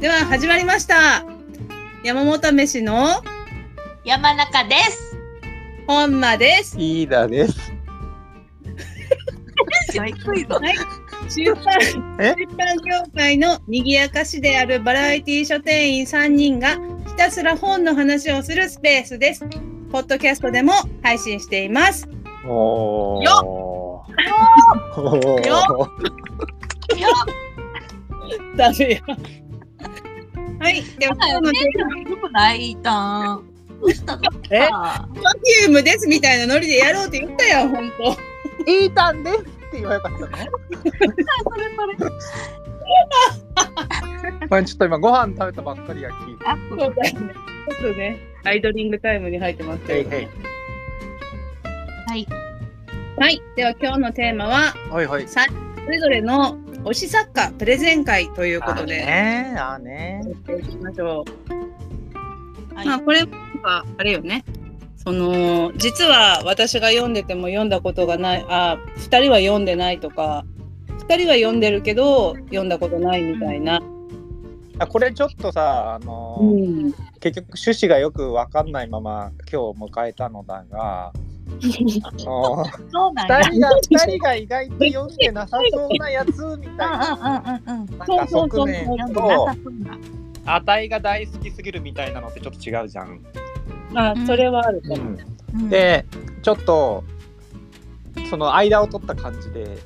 では始まりました山本飯の山中です。本間ですリーダーです。はい出版え出版業界の賑やかしであるバラエティ書店員3人がひたすら本の話をするスペースですポッドキャストでも配信していますおー。よおよー。ダメよはいでは今日のテーマよくないたん。どうしたのえパあフュームですみたいなノリでやろうって言ったやん本 当イータンですって言えばよかったのそれそれ。これちょっと今ご飯食べたばっかりやき。あ、そうだよね。ちょっとね、アイドリングタイムに入ってますけど、ね。はい。はい。では今日のテーマは、はいはい。それぞれの推し作家プレゼン会ということで、ねあーねやっていきましょう。はいまあ、これは、あれよね。その、実は私が読んでても読んだことがない、あ、二人は読んでないとか、二人は読んでるけど、読んだことないみたいな。あこれちょっとさ、あのーうん。結局趣旨がよくわかんないまま今日迎えたのだが、あ のーそうなんや二。人が二人が意外と読んでなさそうなやつみたいな。うんうんうんうん。なんそうそかうそう側面読んでなとさそうな。値が大好きすぎるみたいなのってちょっと違うじゃん。まあ、それはあるかも。うん、でちょっとその間を取った感じで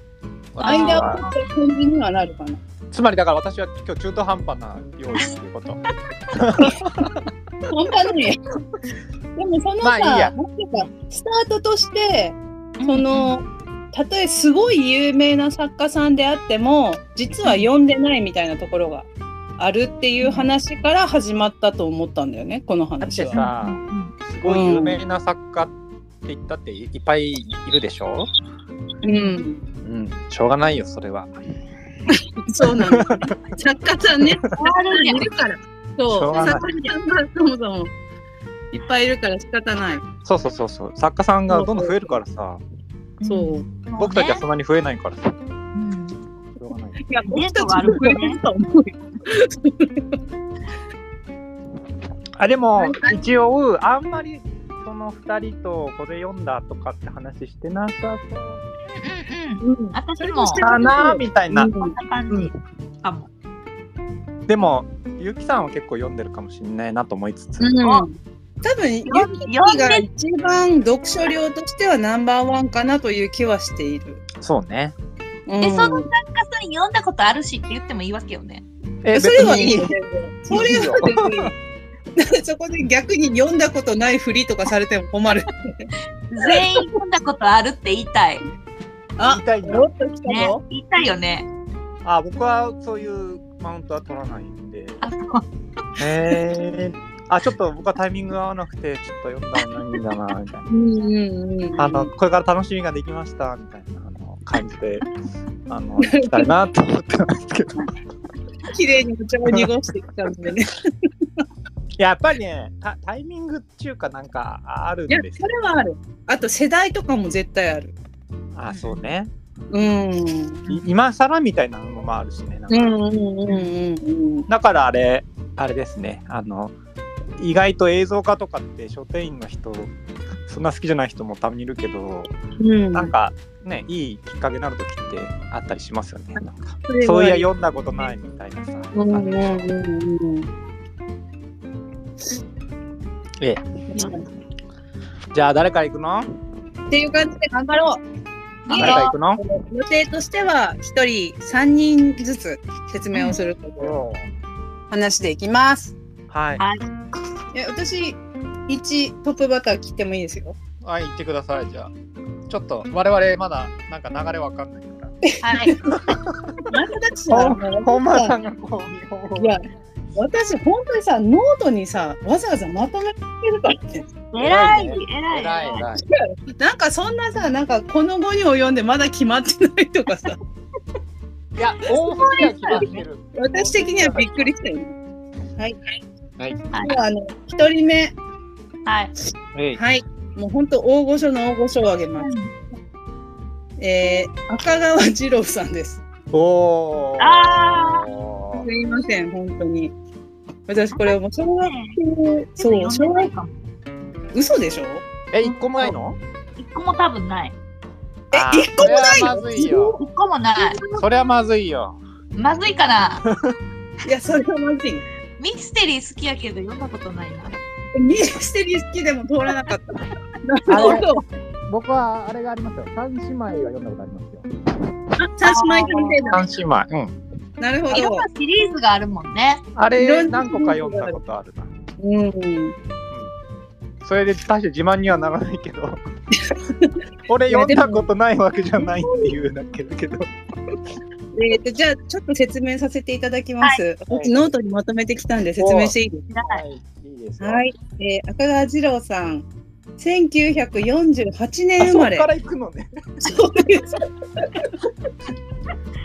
私間をは取った感じにはなるかな。つまりだから私は今日中途半端な用意っていうこと 本当に。でもそのさ、まあいいやなんていうかスタートとしてそのたとえすごい有名な作家さんであっても実は読んでないみたいなところがあるっていう話から始まったと思ったんだよねこのだっ話ては。さうんうんすごい有名な作家って言ったっていいっぱいいるでしょ、うん、うん、しょうがないよそれはそうなの。 作家さんね、あるやんいるから。しょそうう、がない作家さんがそもそもいっぱいいるから仕方ない。そうそうそうそう作家さんがどんどん増えるからさそう。い僕たちはそそんなに増えないからさうね。しょうがないや、僕たちも増 えると思うよ。あではもい一応あんまりその2人とこれ読んだとかって話してなさそううんうんうん。うん私もそれとしかなみたいな、こんな感じかも。でもゆきさんは結構読んでるかもしれないなと思いつつ、うん、あ多分ユ読んキ読んがで一番読書量としてはナンバーワンかなという気はしている。そうねうんえその作家さん読んだことあるしって言ってもいいわけよね。えそれはい別いによ。それは別に。だから そこで逆に読んだことないふりとかされても困 る。全員読んだことあるって言いたい。あ言い、たいな戻ってきたねよ。。言いたいよね。あ僕はそういうマウントは取らないんで。あそうへえ。あちょっと僕はタイミングが合わなくてちょっと読んだのないんだな みたいな。うんうんうん。あのこれから楽しみができましたみたいなあの感じであの行きたいなと思ってます けど。綺麗にお茶を濁してきたんで ね。やっぱりねタタイミングっていうかなんかあるんいや、ですそよ。れはある。あと世代とかも絶対ある。あそうね。うん。い今更みたいなのもあるしね。なんうかんうんうんうんうん。だからあれあれですねあの意外と映像化とかって書店員の人そんな好きじゃない人もたまにいるけど、うんなんかねいいきっかけになる時ってあったりしますよねなんかそれはそういや読んだことないみたいなさ、うんうあんうるでしょんうんうん。ええじゃあ誰から行くのっていう感じで頑張ろう。いい誰からよ行。くの予定としては1人3人ずつ説明をするという話でいきます。はいあえ私1トップバッター切ってもいいですよ。はい行ってくださいじゃあちょっと我々まだなんか流れわかんないからはい。本間さんがこう見本をいや私本当にさノートにさわざわざまとめてるからね。偉い、偉偉い。い偉いなんかそんなさなんかこの後にを読んでまだ決まってないとかさいや大幅には決まってる私的にはびっくりしたよね。はい。はいはいではあの1人目はい。はいはいもう本当大御所の大御所をあげます。えー、赤川次郎さんです。おーあすいません、本当に。私これもう小学校そうちょ小っと読んでない学かも。嘘でしょえ、一個もないの一個も多分ない。え一個もないのまずいよ。一個もない。それはまずいよ。まずいかな。いやそれはまずいねミステリー好きやけど読んだことないな。ミステリー好きでも通らなかったなるあほれど僕はあれがありますよ。三姉妹は読んだことありますよ。三姉妹探偵団三姉妹。うん。なるいほろんどなシリーズがあるもんね。あいろれんな何個か読んだことあるな。うんそれで大して自慢にはならないけ ど。俺読んだことないわけじゃないっていうだけだけど。えー、とじゃあちょっと説明させていただきます、はい私ノートにまとめてきたんで説明していいですはい、いいですかよ。はい、えー赤川次郎さん1948あ年生そまっれから行くのね。そうです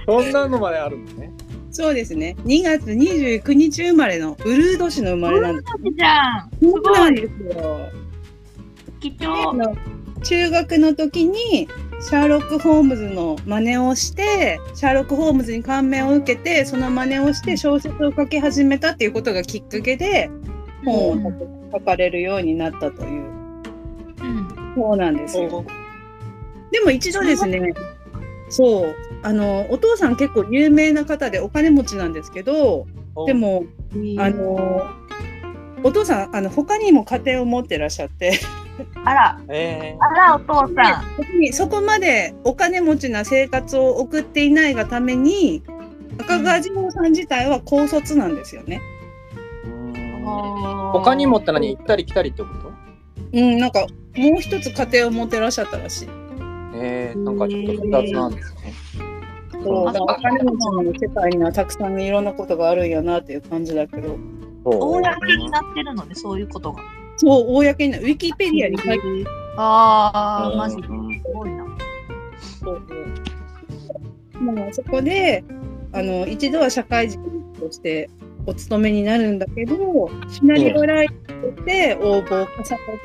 そんなのまであるのね。そうですね2月29日生まれのブルード氏の生まれなんですじゃん。すそうなごんい。ですよ貴であ重。の中学の時にシャーロック・ホームズの真似をしてシャーロック・ホームズに感銘を受けてその真似をして小説を書き始めたっていうことがきっかけで本うんを書かれるようになったといううん。そうなんですよ。でも一度ですねそうあのお父さん結構有名な方でお金持ちなんですけどでもあのお父さんあの他にも家庭を持ってらっしゃって あら、えあら、お父さん。別にそこまでお金持ちな生活を送っていないがために赤川次郎さん自体は高卒なんですよね。ー、他他にもって何行ったり来たりってことうん、なんかもう一つ家庭を持ってらっしゃったらしい。えー、なんかちょっと複雑なんですね。そうあだからお金持ちの世界にはたくさんいろんなことがあるんやなっていう感じだけど、そう公になってるので、そういうことが。そう公になウィキペディアに書いてああ、マジですうんごいな。もうそこであの一度は社会人としてお勤めになるんだけどシナリオライターとして応募を重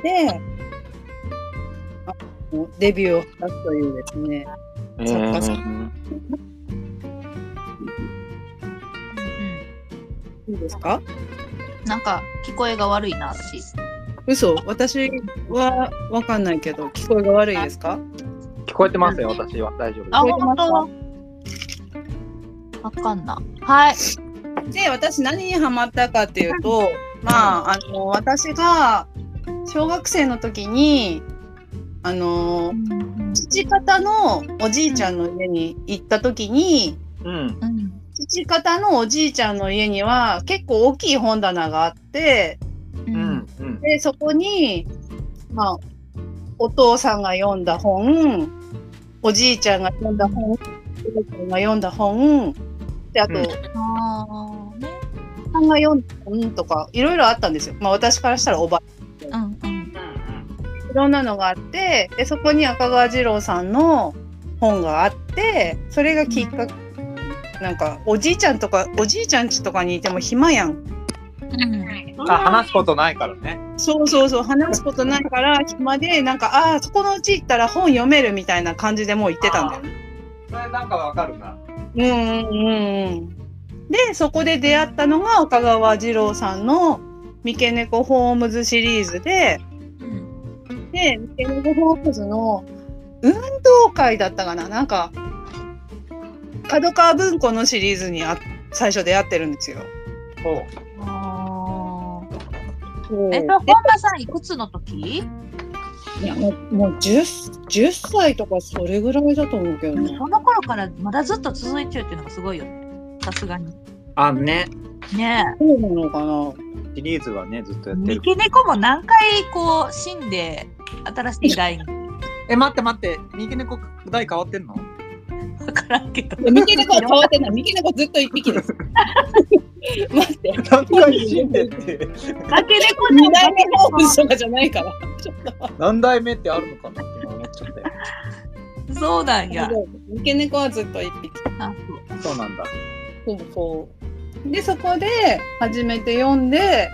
ねてあのデビューを果たすというですねえそっかそっーうんいいですかうん。なんか、聞こえが悪いな、私。嘘私はわかんないけど聞こえが悪いですか聞こえてますよ、私は。大丈夫ですあ、聞こえて本ますか当。わかんな。はい。で私何にハマったかっていうとまああの私が小学生の時にあの父方のおじいちゃんの家に行った時にうん。うん。父方のおじいちゃんの家には結構大きい本棚があってううんん。うん。でそこに、まあ、お父さんが読んだ本おじいちゃんが読んだ本お父さんが読んだ本であうと、んおああ、ね。ばさんが読んだ本とかいろいろあったんですよ。まあ、私からしたらおばうんうん。いろんなのがあってでそこに赤川次郎さんの本があってそれがきっかけなんかおじいちゃんとかおじいちゃんちとかにいても暇やんうん。あ、話すことないからね。そうそうそう話すことないから暇でなんかああーそこのうち行ったら本読めるみたいな感じでもう行ってたんだよね。それなんかわかるな。うんうんうんうんでそこで出会ったのが赤川次郎さんの「三毛猫ホームズ」シリーズでうんで、ケネゴ・ホークズの運動会だったかななんか、角川文庫のシリーズにあ最初出会ってるんですよ。ほう。あーえ、えそれ本田さんいくつの時いやもうもう 10, 10歳とかそれぐらいだと思うけどね。その頃からまだずっと続いてるっていうのがすごいよね。さすがに。あね。ねえ。そうなのかなシリーズはね、ずっとやって三る。毛猫も何回こう死んで新しい代にえ、待って待って。三毛猫、台変わってんの分からんけど。いや三毛猫は変わってない。三毛猫ずっと一匹 です。待って。 何回死んでって。三毛猫二代目ホームズとかじゃないから。何代目ってあるのかなって今思っちゃったよ。そうなんや。三毛猫はずっと一匹。あそうなんだ。そうそう。で、そこで初めて読んで、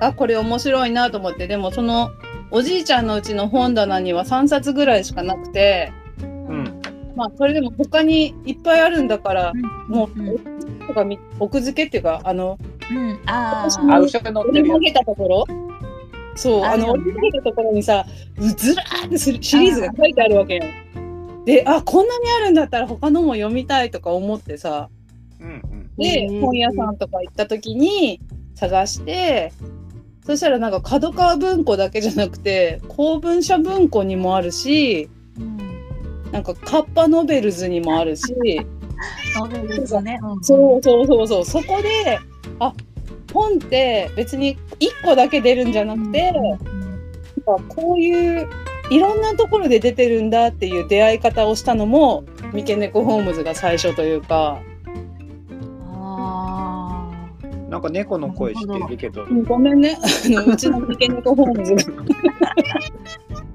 あ、これ面白いなと思って、でもその、おじいちゃんのうちの本棚には3冊ぐらいしかなくて、うん。まあ、それでも他にいっぱいあるんだからう、んもううん、とかみ奥付けっていうか、あの、うん、あ私あ。もあ、後ろに乗って折るりや曲げたところそうああのそうね折り曲げたところにさうずらーってするシリーズが書いてあるわけよであこんなにあるんだったら他のも読みたいとか思ってさつ。うんうん。でうん本屋さんとか行った時に探してそしたらなんか角川文庫だけじゃなくて公文社文庫にもあるしうんなんかカッパノベルズにもあるしそうですね。うんそうそうそうそうそこであ本って別に1個だけ出るんじゃなくて、うんなんかこういういろんなところで出てるんだっていう出会い方をしたのも三毛猫ホームズが最初というかああ。なんか猫の声してるけど。ごめんね あのうちの三毛猫ホームズが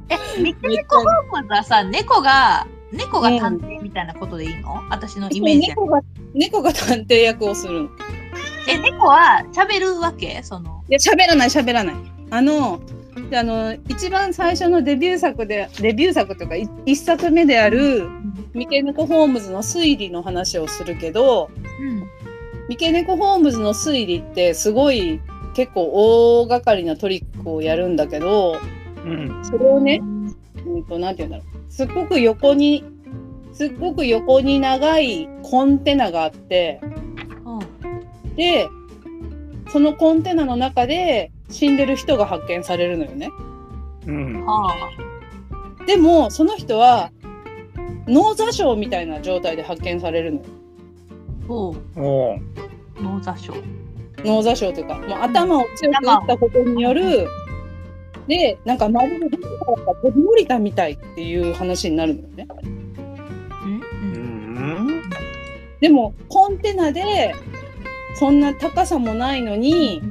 え、三毛猫ホームズはさ、猫が、猫が探偵みたいなことでいいの、私のイメージやけど猫が猫が探偵役をするのいえ、猫は喋るわけその。や喋らない喋らないあのであの一番最初のデビュー作でデビュー作というかい一作目である三毛猫ホームズの推理の話をするけどうん。三毛猫ホームズの推理ってすごい結構大掛かりなトリックをやるんだけどうん。それをねう、ん。うんと、なんて言うんだろう。すっごく横に、すっごく横に長いコンテナがあって、で、そのコンテナの中で死んでる人が発見されるのよね。うん。はでも、その人は、脳挫傷みたいな状態で発見されるのよ。あ。ほう。おう脳挫傷。脳挫傷というか、もう頭を強く打ったことによる、で、なんかまるでどこからか飛び降りたみたいっていう話になるのよね。うん。ううんん。でもコンテナでそんな高さもないのに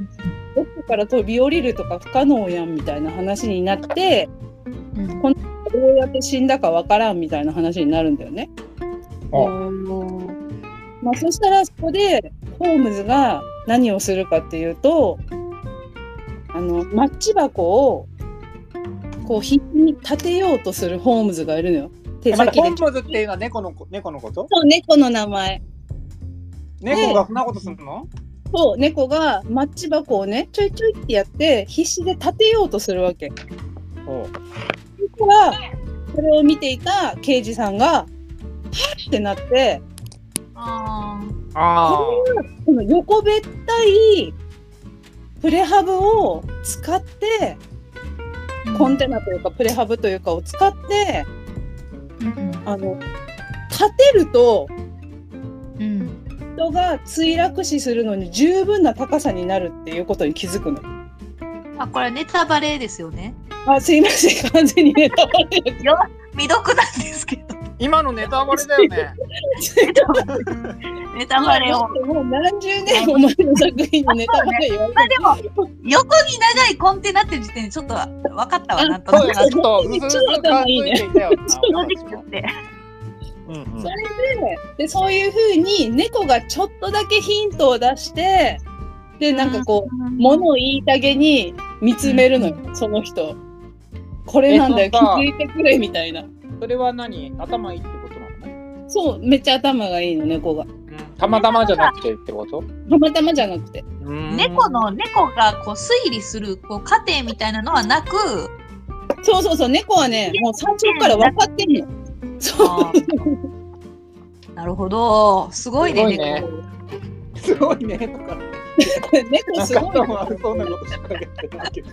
どっかから飛び降りるとか不可能やんみたいな話になってうんこどうやって死んだかわからんみたいな話になるんだよね。おーまあ、そしたらそこでホームズが何をするかっていうとあのマッチ箱をこう必死に立てようとするホームズがいるのよ。手えまた先ホでン。モズっていうのは猫のこ猫のことそう猫の名前猫がそんなことするのそう猫がマッチ箱をねちょいちょいってやって必死で立てようとするわけ。おうそしたらそれを見ていた刑事さんがはっってなってあーあこの横べったいプレハブを使ってうんコンテナというかプレハブというかを使ってうんあの立てるとうん人が墜落死するのに十分な高さになるっていうことに気づくの。あこれネタバレですよねあすいません完全にネタバレです未読なんですけどあ今のネタバレだよねネタバレをもう何十年も前の作品にネタバレ言われてるでも横に長いコンテナって時点でちょっと分かったわなんとなそうくよちょっとうずうず感づいていたよな正直ってうんうんそれででそういうふうに猫がちょっとだけヒントを出してでなんかこう、物を言いたげに見つめるのよ、その人これなんだよえ気そうかづいてくれみたいなそれは何頭いいってことなのねそうめっちゃ頭がいいの猫がたまたまじゃなくてってことたまたまじゃなくて猫の猫がこう推理するこう過程みたいなのはなくそうそうそう猫はねもう最初から分かってんのそうあーなるほどすごいねすごいね猫すごいねとかこれ猫す仲ごい間よ悪そうなことしか言ってないけど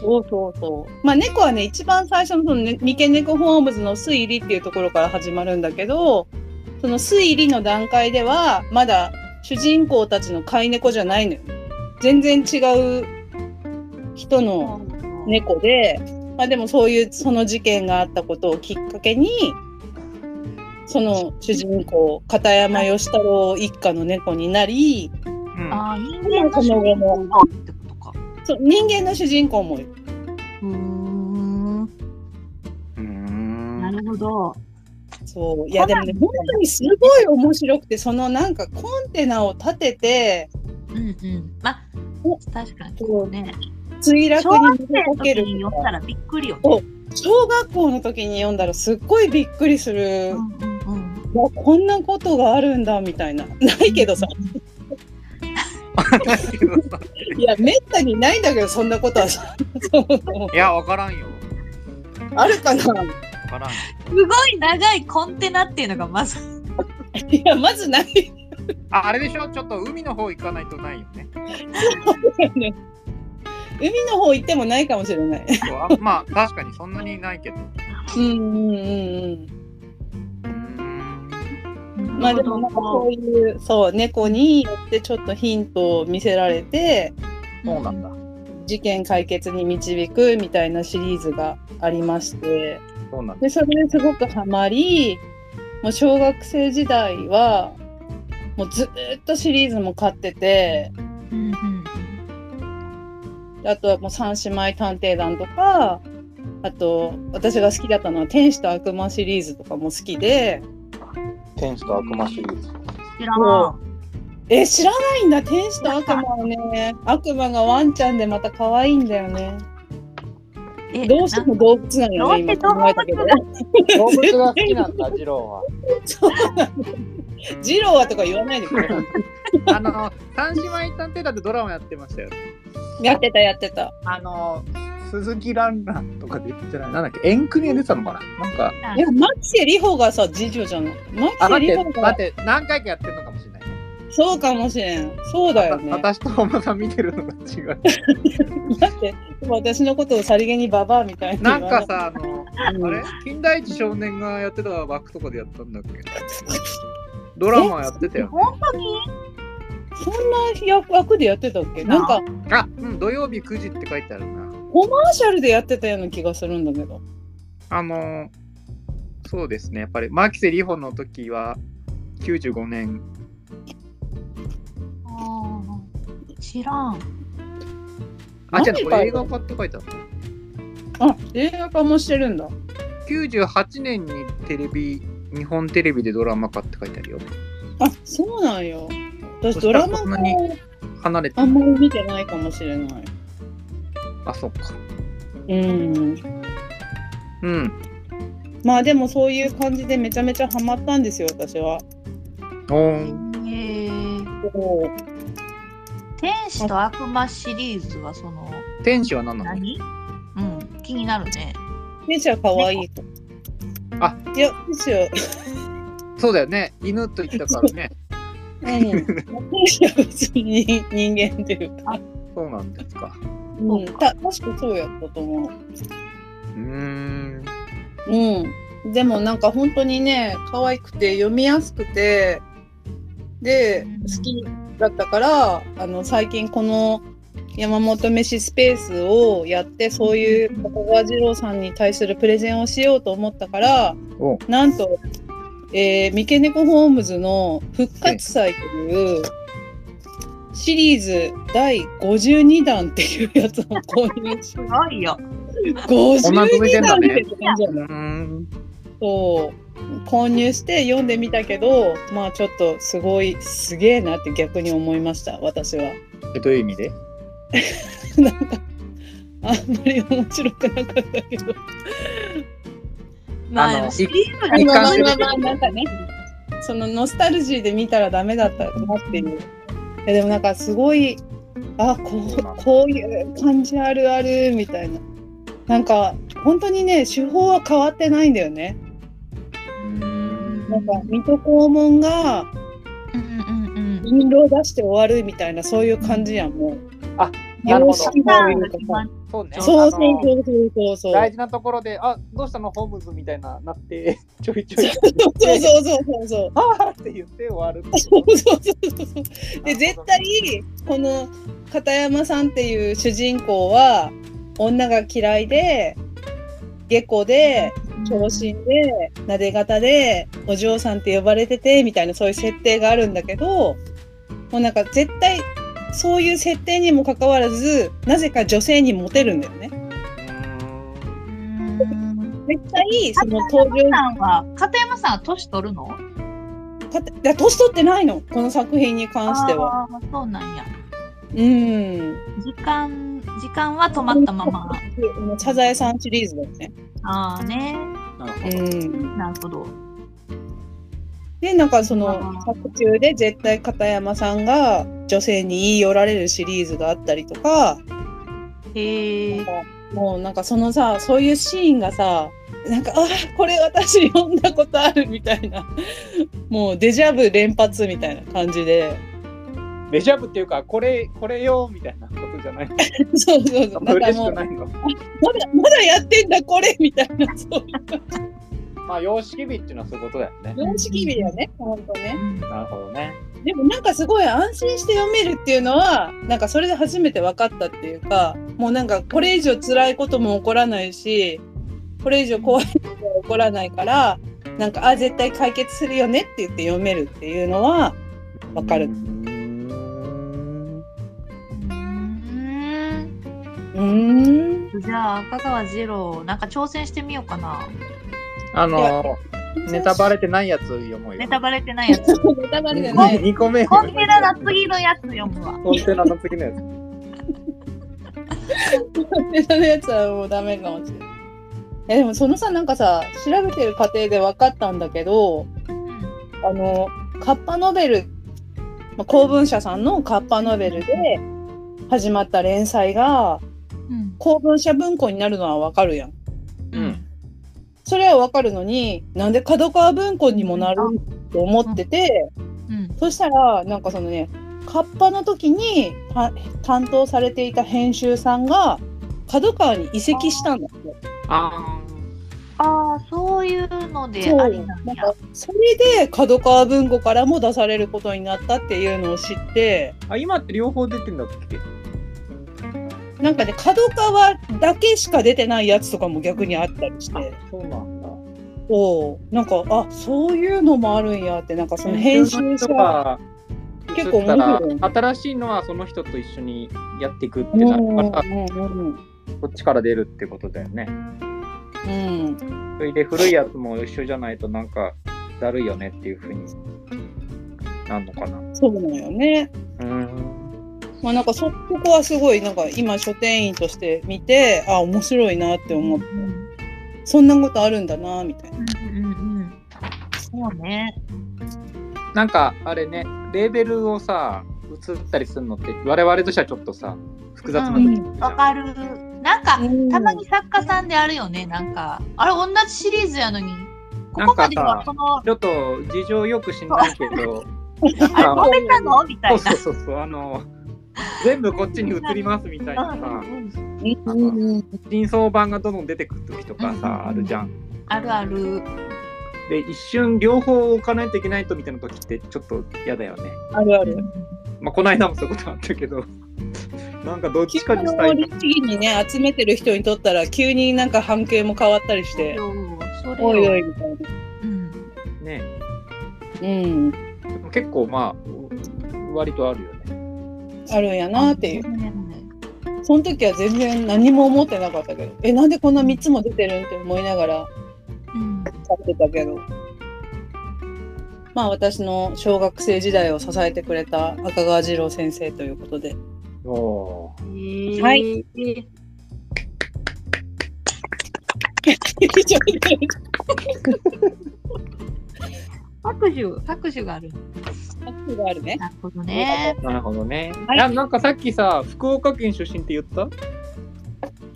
そうそうそうまあ猫はね一番最初のその、ね、三毛猫ホームズの推理っていうところから始まるんだけどその推理の段階ではまだ主人公たちの飼い猫じゃないのよ全然違う人の猫で、まあ、でもそういうその事件があったことをきっかけにその主人公片山義太郎一家の猫になりあー人間の主人公がってことかそう人間の主人公もいるうーんうん なるほどそういやでもね本当にすごい面白くてそのなんかコンテナを立ててうんうんまあお確かにそうね墜落小学に見生せのかけ時るに読んだらびっくりよねお小学校の時に読んだらすっごいびっくりする、うんうんうんわこんなことがあるんだみたいなないけどさいや、めったにないんだけど、そんなことは。 そうそういや、わからんよ。あるかなわからんよ。すごい長いコンテナっていうのがまずいや、まずない。あ、あれでしょちょっと海の方行かないとないよね。海の方行ってもないかもしれない。そうあまあ、確かにそんなにないけど。うんうんうんうーんうん。まあでもなんかそういう、そう、猫によってちょっとヒントを見せられて、そうなんだ。事件解決に導くみたいなシリーズがありまして、そうなんだ。でそれですごくハマりもう小学生時代はもうずーっとシリーズも買っててうんうんあとはもう三姉妹探偵団とかあと私が好きだったのは「天使と悪魔」シリーズとかも好きで天使と悪魔シリ ーズ。知らんえ知らないんだ天使と悪魔はね悪魔がワンちゃんでまた可愛いんだよねえどうしても動物なのよね今考えたけど動物が好きなんだ、ジロそうなのジローはとか言わないでくれあの、三姉妹探偵団ってドラマやってましたよ。やってたやってたあの、鈴木蘭蘭とかで言ってない。なんだっけ、円組で出てたのかななんか、いや、マキセリホがさ、次女じゃない。マあ、キセリ待って、ホが待って、何回かやってるのかもしれないね。そうかもしれん。そうだよね。私とおばさん見てるのが違う。だって、私のことをさりげにババアみたいに な言んわかさ、あの、ない、うんあれ金田一少年がやってたバックとかでやったんだっけドラマやってたよ。本当にそんな役役でやってたっけなんか、あ、うん、土曜日9時って書いてあるな。コマーシャルでやってたような気がするんだけど。あの、そうですね、やっぱり、マキセリホの時は、95年、あー知らんあ、じゃ何書いてあある映画化って書いてあった。あ、映画化もしてるんだ。 98年にテレビ、日本テレビでドラマ化って書いてあるよ。あ、そうなんよ。私、そしドたラらマそんなにも離れてあ、んまり見てないかもしれない。あ、そっか。うん。うん。まあでもそういう感じでめちゃめちゃハマったんですよ、私は。おーへえお天使と悪魔シリーズはその天使は何なの何うん気になるね天使は可愛い子。あ、いや、天使はそうだよね。犬と言ったからね。うん、私は別に人間っていうか、そうなんですか。うん、た確かそうやったと思うーん。う。うん、でもなんか本当にね可愛くて読みやすくてで好きだったからあの最近この山本飯スペースをやってそういう中川次郎さんに対するプレゼンをしようと思ったからおなんと、えー、三毛猫ホームズの「復活祭」というシリーズ第52弾っていうやつを購入 しすごいよんな続いて52ん弾だっねて感じやうなーん。そう購入して読んでみたけどまあちょっとすごいすげえなって逆に思いました私は。え、どういう意味でなんかあんまり面白くなかったけど。まああのでもシリーズ一に貫してるまあまあまあなんかねそのノスタルジーで見たらダメだったなっていう。いやでもなんかすごいあこそうなんうこういう感じあるあるみたいな。なんか本当にね手法は変わってないんだよね。なんか水戸黄門がうんうんうん印籠出して終わるみたいなそういう感じやんもう。あなるほど様式もいうかさそうね。そうそあのうそうそうそうそう。大事なところで、あ、どうしたのホームズみたいな、なって、 ちょいちょ い、そうそうそうそうそう。あーって言って終わる。そうそうそうそう。で絶対この片山さんっていう主人公は女が嫌いで下戸で長身でなで方でお嬢さんって呼ばれててみたいなそういう設定があるんだけどもうなんか絶対そういう設定にもかかわらずなぜか女性にモテるんだよね。うん絶対その登場さんは片山さんは年取るのかたいや年取ってないのこの作品に関しては。あーそうなんやうん。時間時間は止まったままサザエさんシリーズだよね。ああねうん。なるほどでなんかそのあー作中で絶対片山さんが女性に言い寄られるシリーズがあったりとかへえ。もうなんかそのさそういうシーンがさなんかあーこれ私読んだことあるみたいなもうデジャブ連発みたいな感じで レジャブっていうか、これ、これよ、みたいなことじゃない。そうそうそうあんまなんか嬉しもくうないの。まだまだやってんだこれみたいなそういうまあ、様式美っていうのはそういうことだよね。様式美だよね本当ねなるほどね。でもなんかすごい安心して読めるっていうのはなんかそれで初めて分かったっていうかもうなんかこれ以上辛いことも起こらないしこれ以上怖いことも起こらないからなんかあ絶対解決するよねって言って読めるっていうのは分かる。うん。うんじゃあ、香川二郎、なんか挑戦してみようかな。あのネタバレてないやつ読もうよネタバレってない やつ。ネタバレじゃない2個目コンテナの次のやつ読むわ。コンテナの次のやつネタのやつはもうダメかもしれない。えでもそのさなんかさ調べてる過程で分かったんだけどうんあのカッパノベル、まあ、公文社さんのカッパノベルで始まった連載がうん。公文社文庫になるのはわかるやん。うんそれはわかるのになんで角川文庫にもなると思ってて、うん。そしたらなんかそのねカッパの時にた担当されていた編集さんが角川に移籍したんだって。あああ、そういうのでそうあなりなんんやか。それで角川文庫からも出されることになったっていうのを知ってあ、今って両方出てんだっけなんかね角川だけしか出てないやつとかも逆にあったりしてそうなんだ。おうなんかあそういうのもあるんやってなんかその編集の者人が結構面白い移ったら新しいのはその人と一緒にやっていくってうんなうんうるんから、こっちから出るってことだよねうんうんそれで古いやつも一緒じゃないとなんかだるいよねっていうふうになんのかなそうなのよね。うんまあなんかそここはすごいなんか今書店員として見てあ面白いなって思ってうんそんなことあるんだなみたいな。うんうん。そうね。なんかあれねレーベルをさ移ったりするのって我々としてはちょっとさ複雑なう時んわかる。なんか、たまに作家さんであるよね。なんか、あれ同じシリーズやのに。ここまでなんはかさこの、ちょっと事情よく知んないけどあれなんか止めたのみたいそうな。そうそうそうあの全部こっちに移りますみたいなうんさうんうんうんうん真相版がどんどん出てくる時とかうんうんうんさあるじゃん。あるある。で一瞬両方置かないといけないとみたいな時ってちょっと嫌だよね。あるある。まあこの間もそういうことあったけどなんかどっち結か構にしたいな律儀にね集めてる人にとったら急になんか半径も変わったりしてそうおいよそれおよ。いみたいうんねな。うんでも結構まあ割とあるよね。あるんやなっていう。うんその時は全然何も思ってなかったけどえなんでこんな3つも出てるんって思いながらうん買ってたけどまあ私の小学生時代を支えてくれた赤川次郎先生ということ でおはえー拍手、拍手がある。があるねなるほどね。なるほどね。はいななんかさっきさ福岡県出身って言った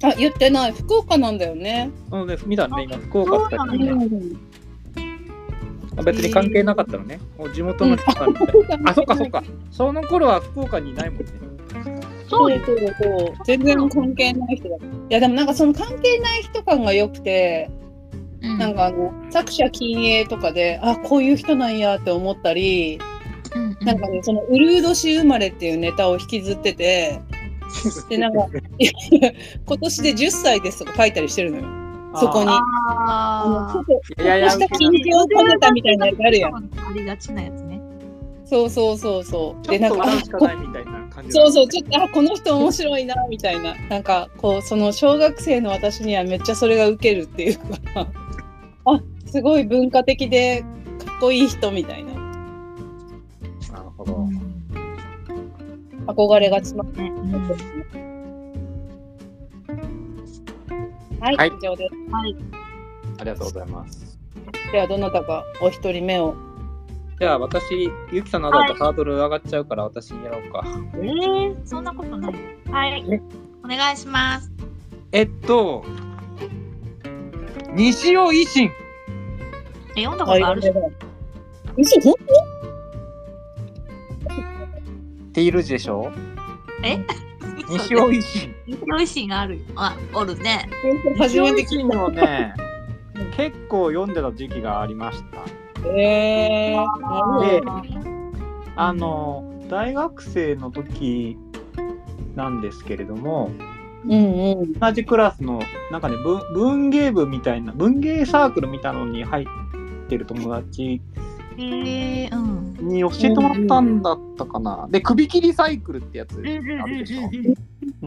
あ言ってない福岡なんだよね、あのね見たね今福岡って言ったけどそうね。あ別に関係なかったのね。もう地元の人さんみたいな。あそっかそっか。その頃は福岡にいないもんね。そそううそうよそう全然関係ない人だいやでもなんかその関係ない人感が良くてななんかあの作者禁営とかであこういう人なんやって思ったりなんかね、そのウルード市生まれっていうネタを引きずってて、で、なんか、 いやいや今年で10歳ですとか書いたりしてるのよ、そこに。あのちょあっといやいやちょっとした緊張を兼ねたみたいなやつあるやん。ありがちなやつね。そうそうそうそう。ちょで、っなんとか、笑うしかなあいみたいな感じそうそう、ちょっと、あ、この人面白いな、みたいな。なんか、こう、その小学生の私にはめっちゃそれがウケるっていうか、 あ、すごい文化的でかっこいい人みたいな。なるほうど。ん憧れが詰まっねうてんますはい、はい以上です。ありがとうございます。ではどなたかお一人目をじゃあ私、ゆきさんの後だとハードル上がっちゃうから私にやろうか。えー、そんなことない。はいえ。お願いします。えっと、西尾維新。え、読んだことあるし。嘘ほんっているでしょえ 西尾維新。美味しいがあるよ。あ、おるね。と初めて西聞尾維新もね、結構読んでた時期がありました。いた。えでー、あーあの大学生の時なんですけれどもうんうん。同じクラスのなんかね文文芸部みたいな文芸サークルみたいなのに入ってる友達えー、うん。に教えてもらったんだったかな。で首切りサイクルってやつあるでしょ。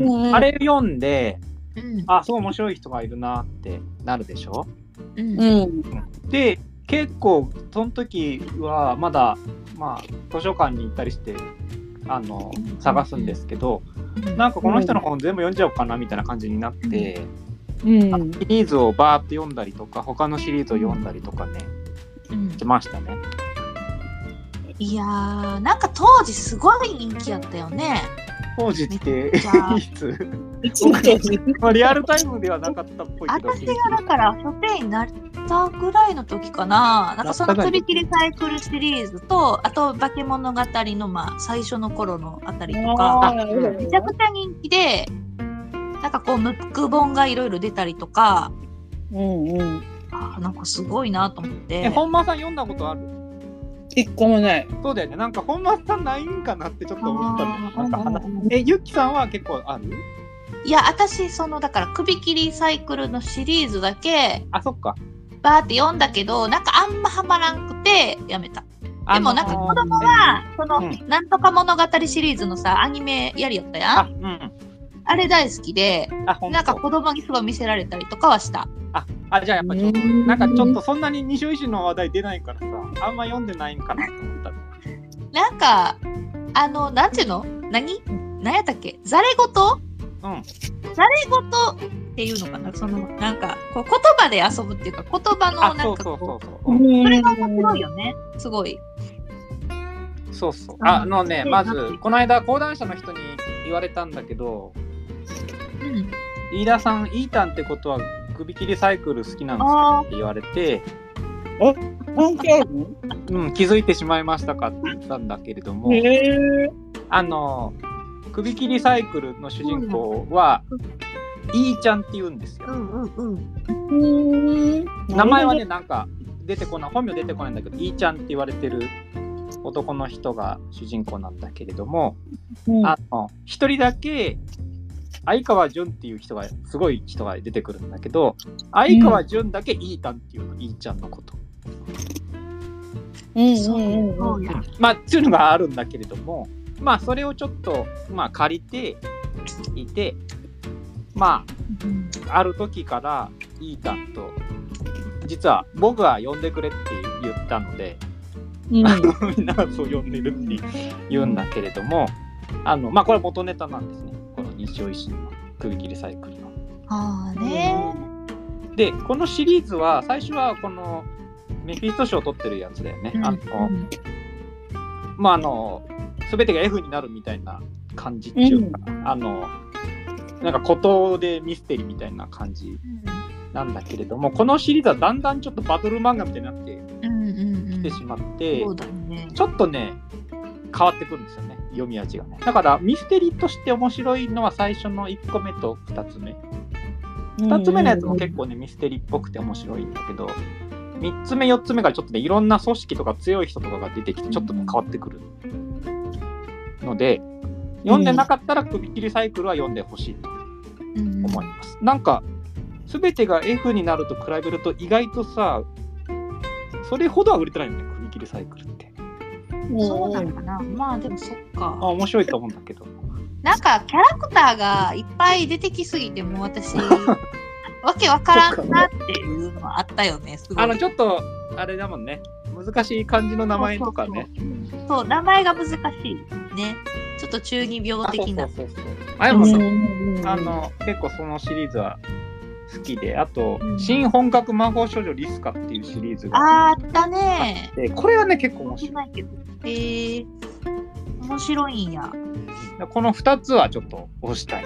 んうんうんあれ読んでうん。あそう面白い人がいるなってなるでしょ。うん。うん。で結構その時はまだまあ図書館に行ったりしてあの探すんですけど。なんかこの人の本全部読んじゃおうかなみたいな感じになって、うん。シリーズをバーって読んだりとか他のシリーズを読んだりとかねうんしましたね。いやー、なんか当時すごい人気やったよね。当時ってじゃあいつ、 いつもとじ。まあ、リアルタイムではなかったっぽいけど私がだから書店になったぐらいの時かな、なんかその飛び切りサイクルシリーズと、あと化け物語のまあ最初の頃のあたりとか、あーうんめちゃくちゃ人気で、なんかこうムック本がいろいろ出たりとか、うんうん。あーなんかすごいなと思っえて。本間さん読んだことある一個もない。そうだよねなんか本間さんないんかなってちょっと思ったのなんか話あーえゆきさんは結構あるいや私そのだから首切りサイクルのシリーズだけあそっかバーって読んだけどなんかあんまハマらんくてやめたあでものなんか子供はその、うんなんとか物語シリーズのさアニメやりよったやんああうんれ大好きであ本なんか子供にすごい見せられたりとかはしたあじゃあやっぱちょっとなんかちょっとそんなに二週維新の話題出ないからさあんま読んでないんかなと思ったなんかあのなんていうの何何やったっけざれ言うんざれ言っていうのかなそのなんかこう言葉で遊ぶっていうか言葉のあなそんうかそうそこうそうううんんうそれが面白いよねすごいそうそう。ああのね、でまなんずて、この間、講談社の人に言われたんだけど、うん飯田さん、イータンってことは、首切りサイクル好きなんですかあって言われて、関係あるのうん、気づいてしまいましたかって言ったんだけれども、へえ。あの、首切りサイクルの主人公は、イーちゃんって言うんですーうよ。んうんうんうん。名前はね、なんか、出てこない、本名出てこないんだけど、イーちゃんって言われてる男の人が主人公なんだけれども、うん。あの一人だけ相川淳っていう人がすごい人が出てくるんだけど相川淳だけイータンっていうの、イーちゃんのこと、うんそううんうんそうやまあっていうのがあるんだけれどもまあそれをちょっとまあ借りていてまうんあある時からイータンと実は僕は呼んでくれって言ったのでうん。みんなはそう呼んでるって言うんだけれどもあのまあこれは元ネタなんですねこの日曜維新の首切りサイクルの。ああねでこのシリーズは最初はこのメフィスト賞を取ってるやつだよね。あのうんまああの全てが F になるみたいな感じっていうか、あのなんか孤島でミステリーみたいな感じなんだけれどもこのシリーズはだんだんちょっとバトル漫画みたいになってうんうんうんきてしまって、そうだねちょっとね変わってくるんですよね読み味がね。だからミステリーとして面白いのは最初の1個目と2つ目。2つ目のやつも結構ねミステリーっぽくて面白いんだけど3つ目4つ目からちょっとねいろんな組織とか強い人とかが出てきてちょっとね変わってくるので読んでなかったら首切りサイクルは読んでほしいと思いますなんか全てが F になると比べると意外とさそれほどは売れてないよね首切りサイクルって構そうなのかなまあでもそっあか面白いと思うんだけどなんかキャラクターがいっぱい出てきすぎてもう 私わけわからんなっていうのはあったよねすごいあのちょっとあれだもんね難しい感じの名前とかねそうそうそうそう名前が難しいねちょっと中二病あそう的なそうそうそうあやもさんああの結構そのシリーズは好きであと、うん新本格魔法少女リスカっていうシリーズがあーあったねね。でこれはね結構面知ら白ないけど。えー、面白いんや。いこの2つはちょっと推したい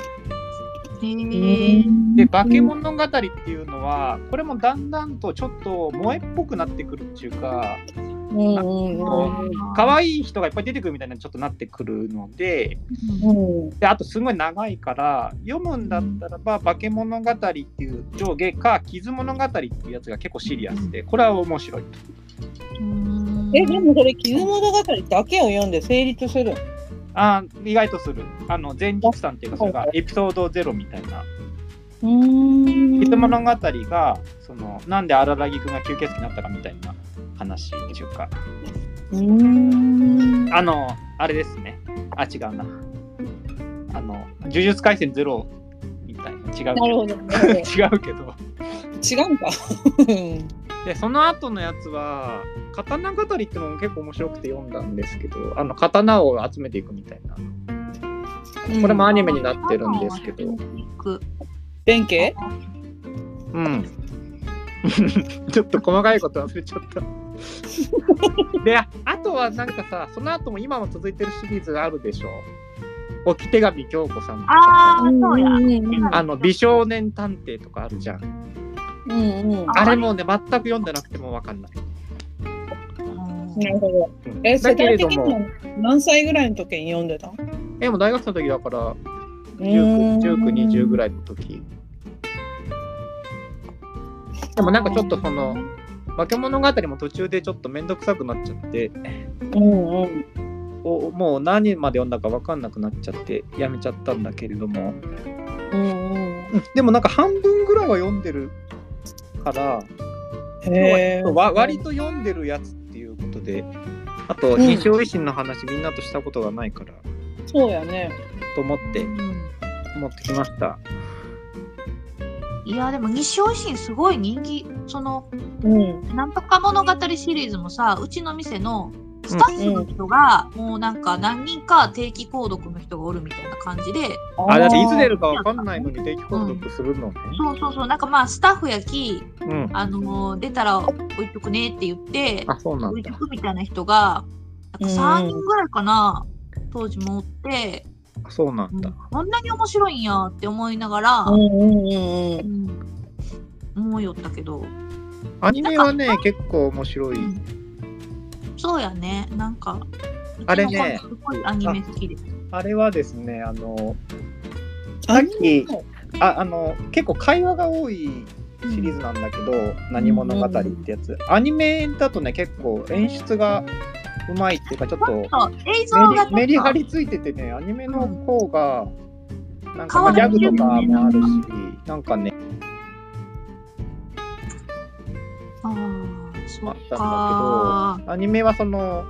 えー、で「化け物語」っていうのはこれもだんだんとちょっと萌えっぽくなってくるっていうかうんうん可愛い人がいっぱい出てくるみたいなちょっとなってくるのでうんであとすごい長いから読むんだったらば「化け物語」っていう上下か「傷物語」っていうやつが結構シリアスでこれは面白いと。うんえ、でもこれ、傷物語だけを読んで成立する。あー意外とする。あの前日さんっていうかそれがエピソードゼロみたいな。うん傷物語がそのなんで荒木くんが吸血鬼になったかみたいな話でしょうか。うん。あの、あれですね。あ、違うな。あの、呪術廻戦ゼロみたいな。違うけど。なるほど。なるほど違うけど。違うんか。うんで、その後のやつは、刀語りってのも結構面白くて読んだんですけど、あの、刀を集めていくみたいな。これもアニメになってるんですけど。弁慶うん。 ちょっと細かいこと忘れちゃった。 で、あとはなんかさ、その後も今も続いてるシリーズがあるでしょ。置き手紙京子さんとかさああ、そうや。あの美少年探偵とかあるじゃん。うんうん。あれもね、全く読んでなくてもわかんない。なるほど。え、世だけ代れど的にもは、何歳ぐらいの時に読んでたのえ、もう大学生の時だから、うー19、ん19 20ぐらいの時。でもなんかちょっとその、化け物語も途中でちょっと面倒くさくなっちゃって、うんうん。おもう何まで読んだかわかんなくなっちゃって、やめちゃったんだけれども、うんうん。うんでもなんか半分ぐらいは読んでるから、へーわ割と読んでるやつっていうことで、あと、西尾維新の話みんなとしたことがないから、そうやね。と思って持ってきました。いや、でも西尾維新すごい人気。その、うん。なんとか物語シリーズもさ、うちの店のスタッフの人が、もうなんか何人か定期購読の人がおるみたいな感じで、あ、だっていつ出るるかわかんないのに定期購読するのね。そうそうそう、なんかまあスタッフやき、うん。あのー出たら置いとくねって言って、あ、そうなん置いとだ。くみたいな人が、なんか3人ぐらいかな、当時もおって、あそうなうんんだ。こんなに面白いんやって思いながら、うんうんうんうん。うん思いよったけど、アニメはね、結構面白い。そうやね、なんか、あれうねちの子すごいアニメ好きです。あれはですね、あの、さっきああの結構会話が多いシリーズなんだけど、何物語ってやつ。アニメだとね、結構演出がうまいっていうか、ちょっと。そう映像メがリメリハちょっリついててねアニメの方が、なんか変まわあギらャんグとかもあるしよなんかねとあーそあっったんだけかどアニメはその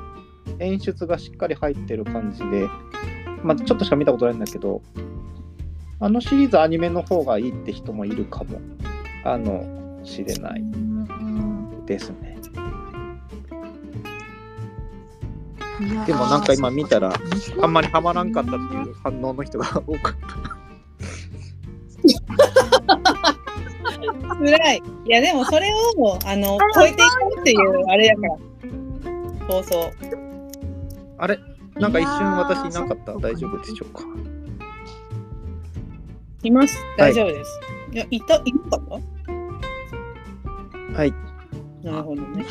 演出がしっかり入ってる感じで、まあ、ちょっとしか見たことないんだけどあのシリーズアニメの方がいいって人もいるかもあのしれないうんですねいやーでもなんか今見たらそっかあんまりハマらんかったっていう反応の人が 多かった辛い。いや、でもそれを、あの、超えていこうっていう、あれやから。そうそう。あれなんか一瞬私いなかったいやー大丈夫でしょうかいます。はい大丈夫です。いや、いた、いなかったはい。なるほどね。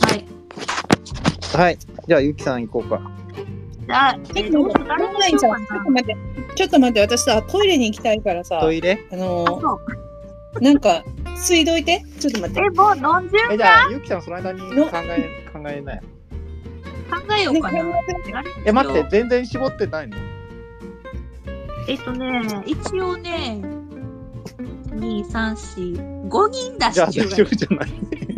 はい。はいじゃあゆきさん行こうかじゃあ、ちえょっっとと、待って、誰にしようかちょっなと。待って、ちょっと待って、私さ、トイレに行きたいからさト、イレああのそうー、なんか、水道いて、ちょっと待ってえ、、もう飲んじゅうえじゃあゆきさんその間に考え考えない考えようねか考な。えてえ待って全然絞ってないのえっとね、一応ね、2、3、4、5人出じゃあし大中丈夫じゃない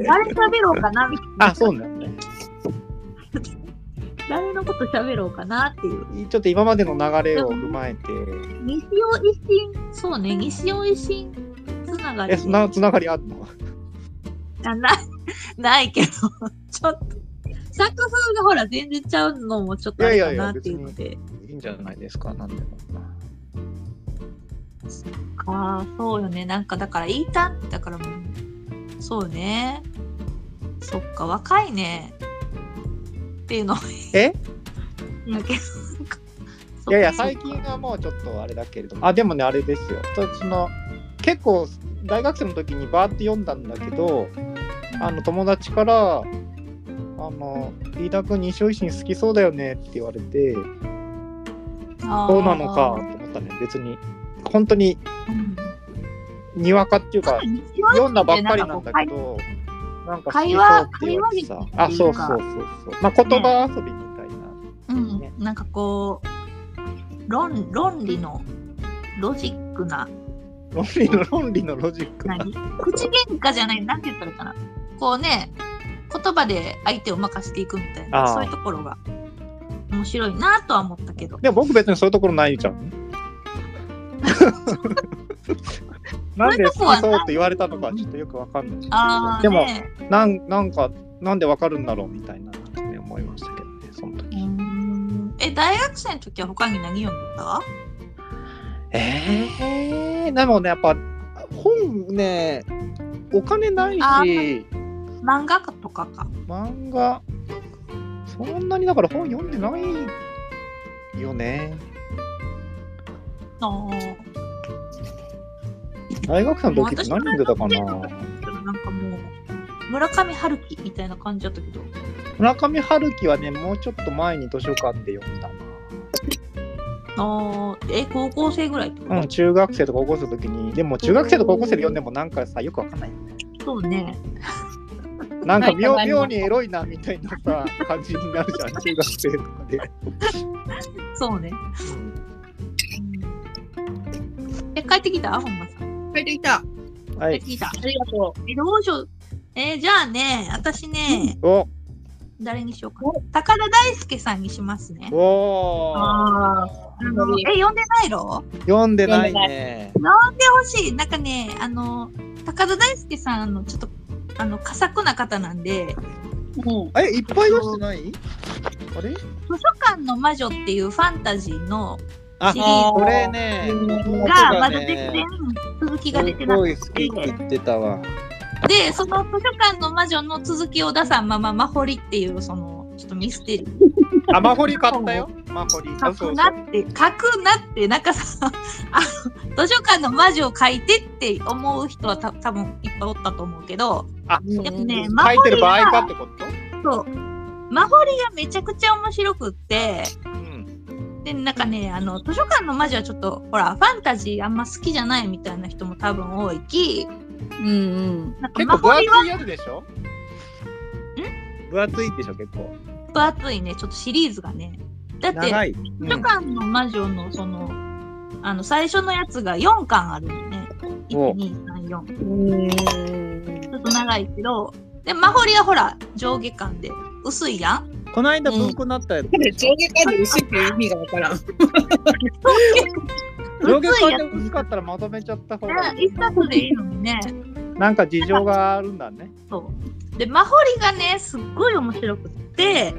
誰喋ろうかなみたいな あそうなんだね誰のこと喋ろうかなっていう。ちょっと今までの流れを踏まえて西尾維新、そうね、西尾維新つながりえで。そんなつながりあるのあなないけど、 ちょっと。作風がほら全然ちゃうのもちょっとあれかなっていうので。いいんじゃないですかなんでもああ、そうよね。なんかだから、イータンだからもう、そうよね。そっか、若いね。っていうのをえ言 うんだけど。そっかいやいや最近はもうちょっとあれだけれどもあでもねあれですよとその結構大学生の時にバーって読んだんだけどあの友達から「あの飯田君西尾維新好きそうだよね」って言われて「そうなのか」と思ったね別に本当ににわかっていうか読んだばっかりなんだけどなんか好きそうって言われてさ会話会話みあたいなそうそうそうそうまあ言葉遊びみたいな、うん、なんかこう論論理のロジックな論理の論理のロジックな何口喧嘩じゃないなんて言ったらいいかなこうね言葉で相手を負かしていくみたいあなーそういうところが面白いなとは思ったけどでも僕別にそういうところないじゃん。なんで好きそうって言われたのかちょっとよくわかんない。あーでもねなんなんかなんでわかるんだろうみたいななんかね思いましたけどねその時。うーんえ大学生の時は他に何読んでたえー、でもねやっぱ本ねお金ないあし漫画とかか漫画そんなにだから本読んでないよね。のなん大学生の時って何読んでたかな。かもう村上春樹みたいな感じだったけど村上春樹はねもうちょっと前に図書館で読んだな。あーえ高校生ぐらいってことうん、中学生と高校生の時に、でも中学生と高校生で読んでもなんかさ、よくわかんないよね。そうね。なんか妙はい妙にエロいなみたいなさ、感じに なるじゃん、中学生とかで。そうね。え、帰ってきた本間さん。帰ってきた。あは帰っいて。きた。りがとえ、どうしよう。えじゃあね、私ね、お誰にしようか。高田大輔さんにしますね。う。おーああのえ、読んでないろ読んでないね。欲しい。なんかね、あの、高田大輔さんのちょっと、あの、佳作な方なんで、ーうん。え、いっぱい出してないあれ図書館の魔女っていうファンタジーのあシリーこれね、ズが、まだ全然続きが出てすなごくい好きって言ってたわ。で、その図書館の魔女の続きを出さんまま、マホリっていう、その、ちょっとミステリーあ、マホリ買ったよ。マホリ。あ書くなって、書くなって、なんかさ、あの、図書館の魔女を書いてって思う人はた多分いっぱいおったと思うけど、あでもね、マホ書いてリる場合かっが、てことそう、マホリがめちゃくちゃ面白くって、うん。で、なんかね、あの、図書館の魔女はちょっと、ほら、ファンタジーあんま好きじゃないみたいな人も多分多いき、うんなんか結マ構ホ分リは厚いやつでしょ分厚いでしょ、結構。分厚いね、ちょっとシリーズがね。だって、長い。図書館の魔女のその、あの、最初のやつが4巻あるのね。1、お2、3、4。ちうん。うん。ょっと長いけど、で、マホリはほら、上下巻で薄いやん。この間文庫になったやつ、上下感で薄いっていう意味がわからん。上下薄い関や係難しかったらまとめちゃった方がつ。いい一冊でいいのにね。なんか事情があるんだねそう。で、マホリがね、すっごい面白くって、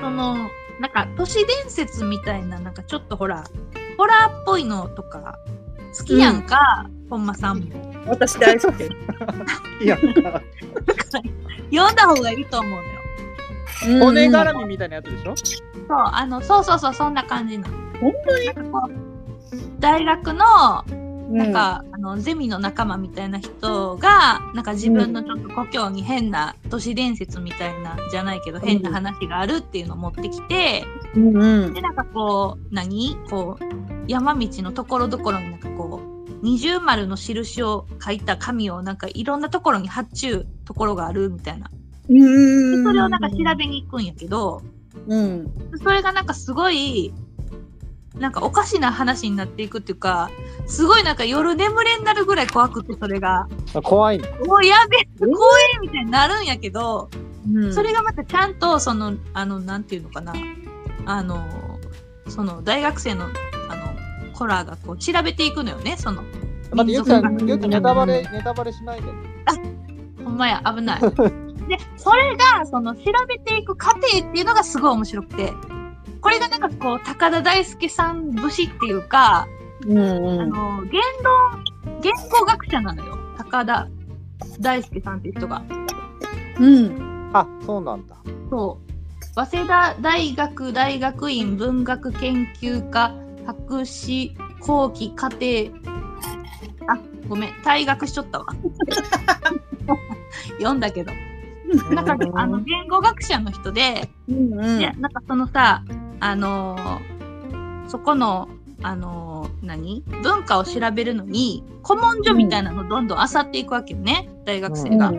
その、なんか、都市伝説みたいな、なんかちょっとほら、ホラーっぽいのとか、好きやんか、本間さんも。私大好き。いや読んだ方がいいと思うのよ。骨絡みみたいなやつでしょそう、あの、そうそうそう、そんな感じなの。本なんかこう大学の、みなん、か、あの、ゼミの仲間みたいな人が、なんか自分のちょっと故郷に変な都市伝説みたいな、じゃないけど、変な話があるっていうのを持ってきて、うんうん。で、なんかこう、何こう、山道のところどころになんかこう、二重丸の印を書いた紙をなんかいろんなところに発注ところがあるみたいな。でうんそれをなんか調べに行くんやけど、うん。それがなんかすごい、なんかおかしな話になっていくっていうか、すごいなんか夜眠れになるぐらい怖くて、それが。怖いのもうやべえ、怖えみたいになるんやけど、うんそれがまたちゃんと、その、あの、なんていうのかな、あの、その大学生の、あの、コラーがこう、調べていくのよね、その。待民ってゆきさ族学んゆきネタバレネタバレしないでほんまや、危 ない。で、それが、その、調べていく過程っていうのがすごい面白くて、これがなんかこう、高田大輔さん節っていうか、うんあうん。の言論言語学者なのよ高田大輔さんっていう人が。うん。あそうなんだ。そう早稲田大学大学院文学研究科博士後期課程あごめん退学しちょったわ 読んだけどなんかねあの言語学者の人で、うんうんいやなんかそのさあのーそこのあのー何文化を調べるのに古文書みたいなのをどんどん漁っていくわけよね大学生が。で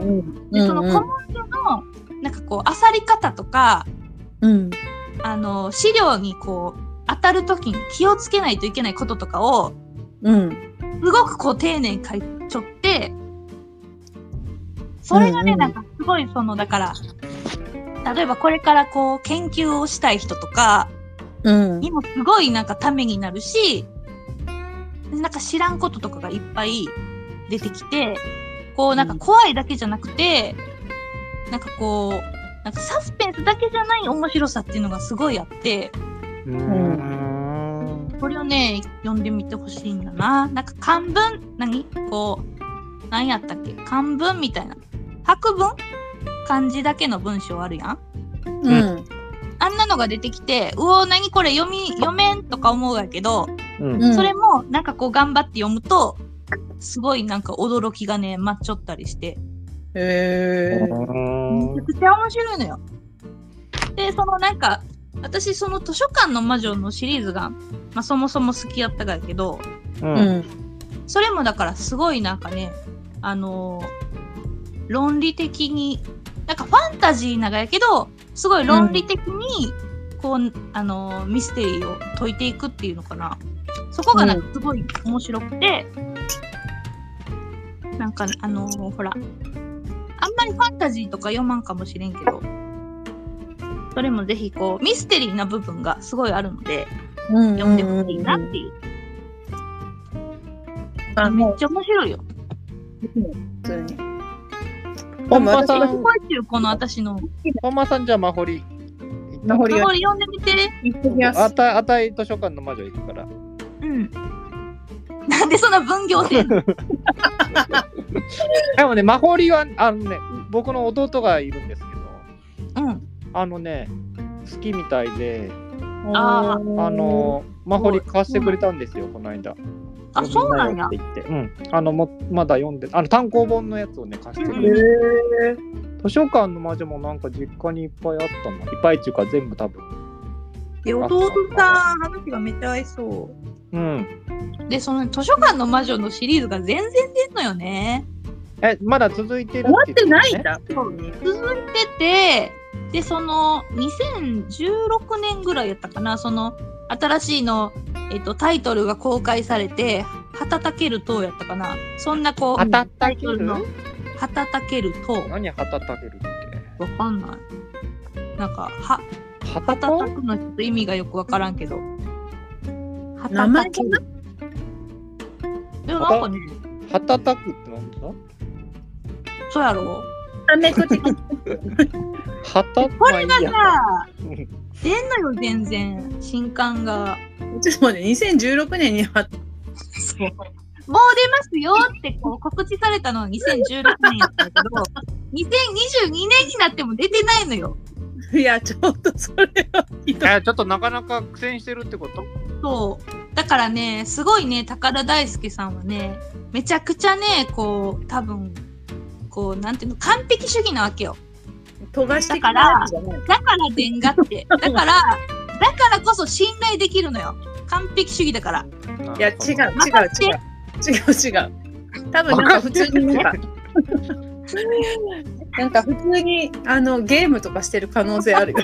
その古文書のなんかこう漁り方とかうんあの資料にこう当たる時に気をつけないといけないこととかをうんすごくこう丁寧に書いちょってそれがね、うんうんなんかすごいそのだから例えばこれからこう研究をしたい人とかうんにもすごいなんかためになるしなんか知らんこととかがいっぱい出てきてこうなんか怖いだけじゃなくて、なんかこうなんかサスペンスだけじゃない面白さっていうのがすごいあって。うーん。これをね、読んでみてほしいんだな。なんか漢文、何こう、何やったっけ漢文みたいな。白文漢字だけの文章あるやん。うんあんなのが出てきて、うお、何これ読み、読めんとか思うやけど、うん。うんそれもなんかこう頑張って読むと、すごいなんか驚きがね、待っちょったりして、へーめちゃくちゃ面白いのよ。で、そのなんか、私その図書館の魔女のシリーズが、まあそもそも好きやったがやけど、うんうんそれもだからすごいなんかね、あのー論理的に、なんかファンタジーなんやけど、すごい論理的に、こう、あのーミステリーを解いていくっていうのかな。そこがなんかすごい面白くて、なんかあのーほら、あんまりファンタジーとか読まんかもしれんけど、それもぜひこう、ミステリーな部分がすごいあるので、うん読んでほしいなっていう。あめもっちゃ面白いよ。う普通に本間さ私、ん聞、こえてるこの私の。本間さんじゃあ、マホリ。ナホリ名が残読んでみて。行ってきまあすた、あたい図書館の魔女行くから。うん。なんでそんな分業 制なのでもね、マホリは、あのね、僕の弟がいるんですけど、うん。あのね、好きみたいで、ああの、マホリ貸してくれたんですよ、この間。あ、そうなんやって。言って、うん、あの、も、まだ読んで、あの単行本のやつをね、貸してくへれて。え図書館の魔女もなんか実家にいっぱいあったの。いっぱいっていうか、全部多分。で、弟さん、話がめっちゃ合いそうん。う。で、その図書館の魔女のシリーズが全然出んのよね。え、まだ続いてる終わって言ないたんだねそうね。続いてて、で、その、2016年ぐらいやったかな、その、新しいの、えっと、タイトルが公開されて、旗たける塔やったかな。そんなこう、はたたタイけトルるの、旗たける塔。何はたたけるっわかんない。なんか、は、て。はたはたたたくのちょっと意味がよくわからんけど。は名た前たかける。でもなんかね、はたたくってなんだそうやろなめこ的はたこれがまあさいいや、出んのよ、全然。新刊が。ちょっと待って2016年にはそう。もう出ますよってこう告知されたのは2016年やったけど、2022年になっても出てないのよ。いやちょっとそれはひどいえちょっとなかなか苦戦してるってことそう。だからね、すごいね、高田大輔さんはね、めちゃくちゃね、こう、多分、こう、なんていうの、完璧主義なわけよ。飛ばしてじゃないだから電が って。だから、だからこそ信頼できるのよ。完璧主義だから。いや違う違う違う違う違う多分なんか普通になんかなんか普通にあのゲームとかしてる可能性あるよ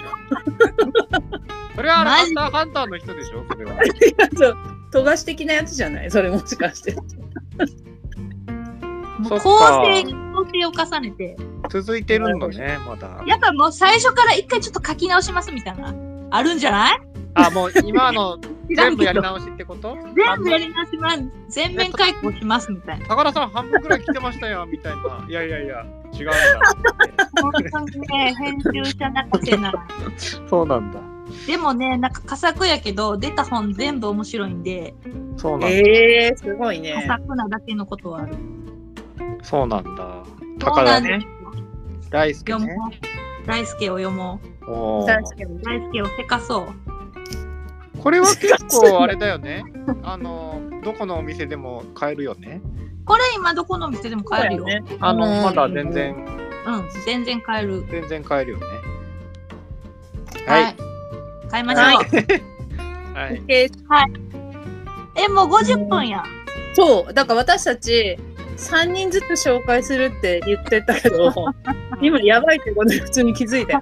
それはマハジンターハンターの人でしょそれ は。いやそう飛ばし的なやつじゃないそれもしかしてもそっうか構成に構成を重ねて。続いてるんだね、まだ。やっぱもう最初から一回ちょっと書き直しますみたいな。あるんじゃないあ、もう今の知ら全ん部けやりど。直しってこと全部やり直します。全面開講しますみたいな。高田さん半分くらい来てましたよ、みたいな。いやいやいや、違うんだ。本当にね、編集者泣かせなら。 そうなんだ。でもね、なんか佳作やけど、出た本全部面白いんで、そうなんだ。えー、すごい佳ね作なだけのことはある。そうなんだ。そう高な田んですねよ。。大好きでもね。もう大輔を読もおー確かにう。大輔をせかそう。これは結構あれだよね。あの、どこのお店でも買えるよね。これ今どこのお店でも買えるよ。ね。あの、うんまだ全然、うん、全然買える。全然買えるよね。はい。。買いましょう。はい。えーえ、もう50分や。そうだから私たち3人ずつ 紹介するって言ってたけど今やばいってことに普通に気づいて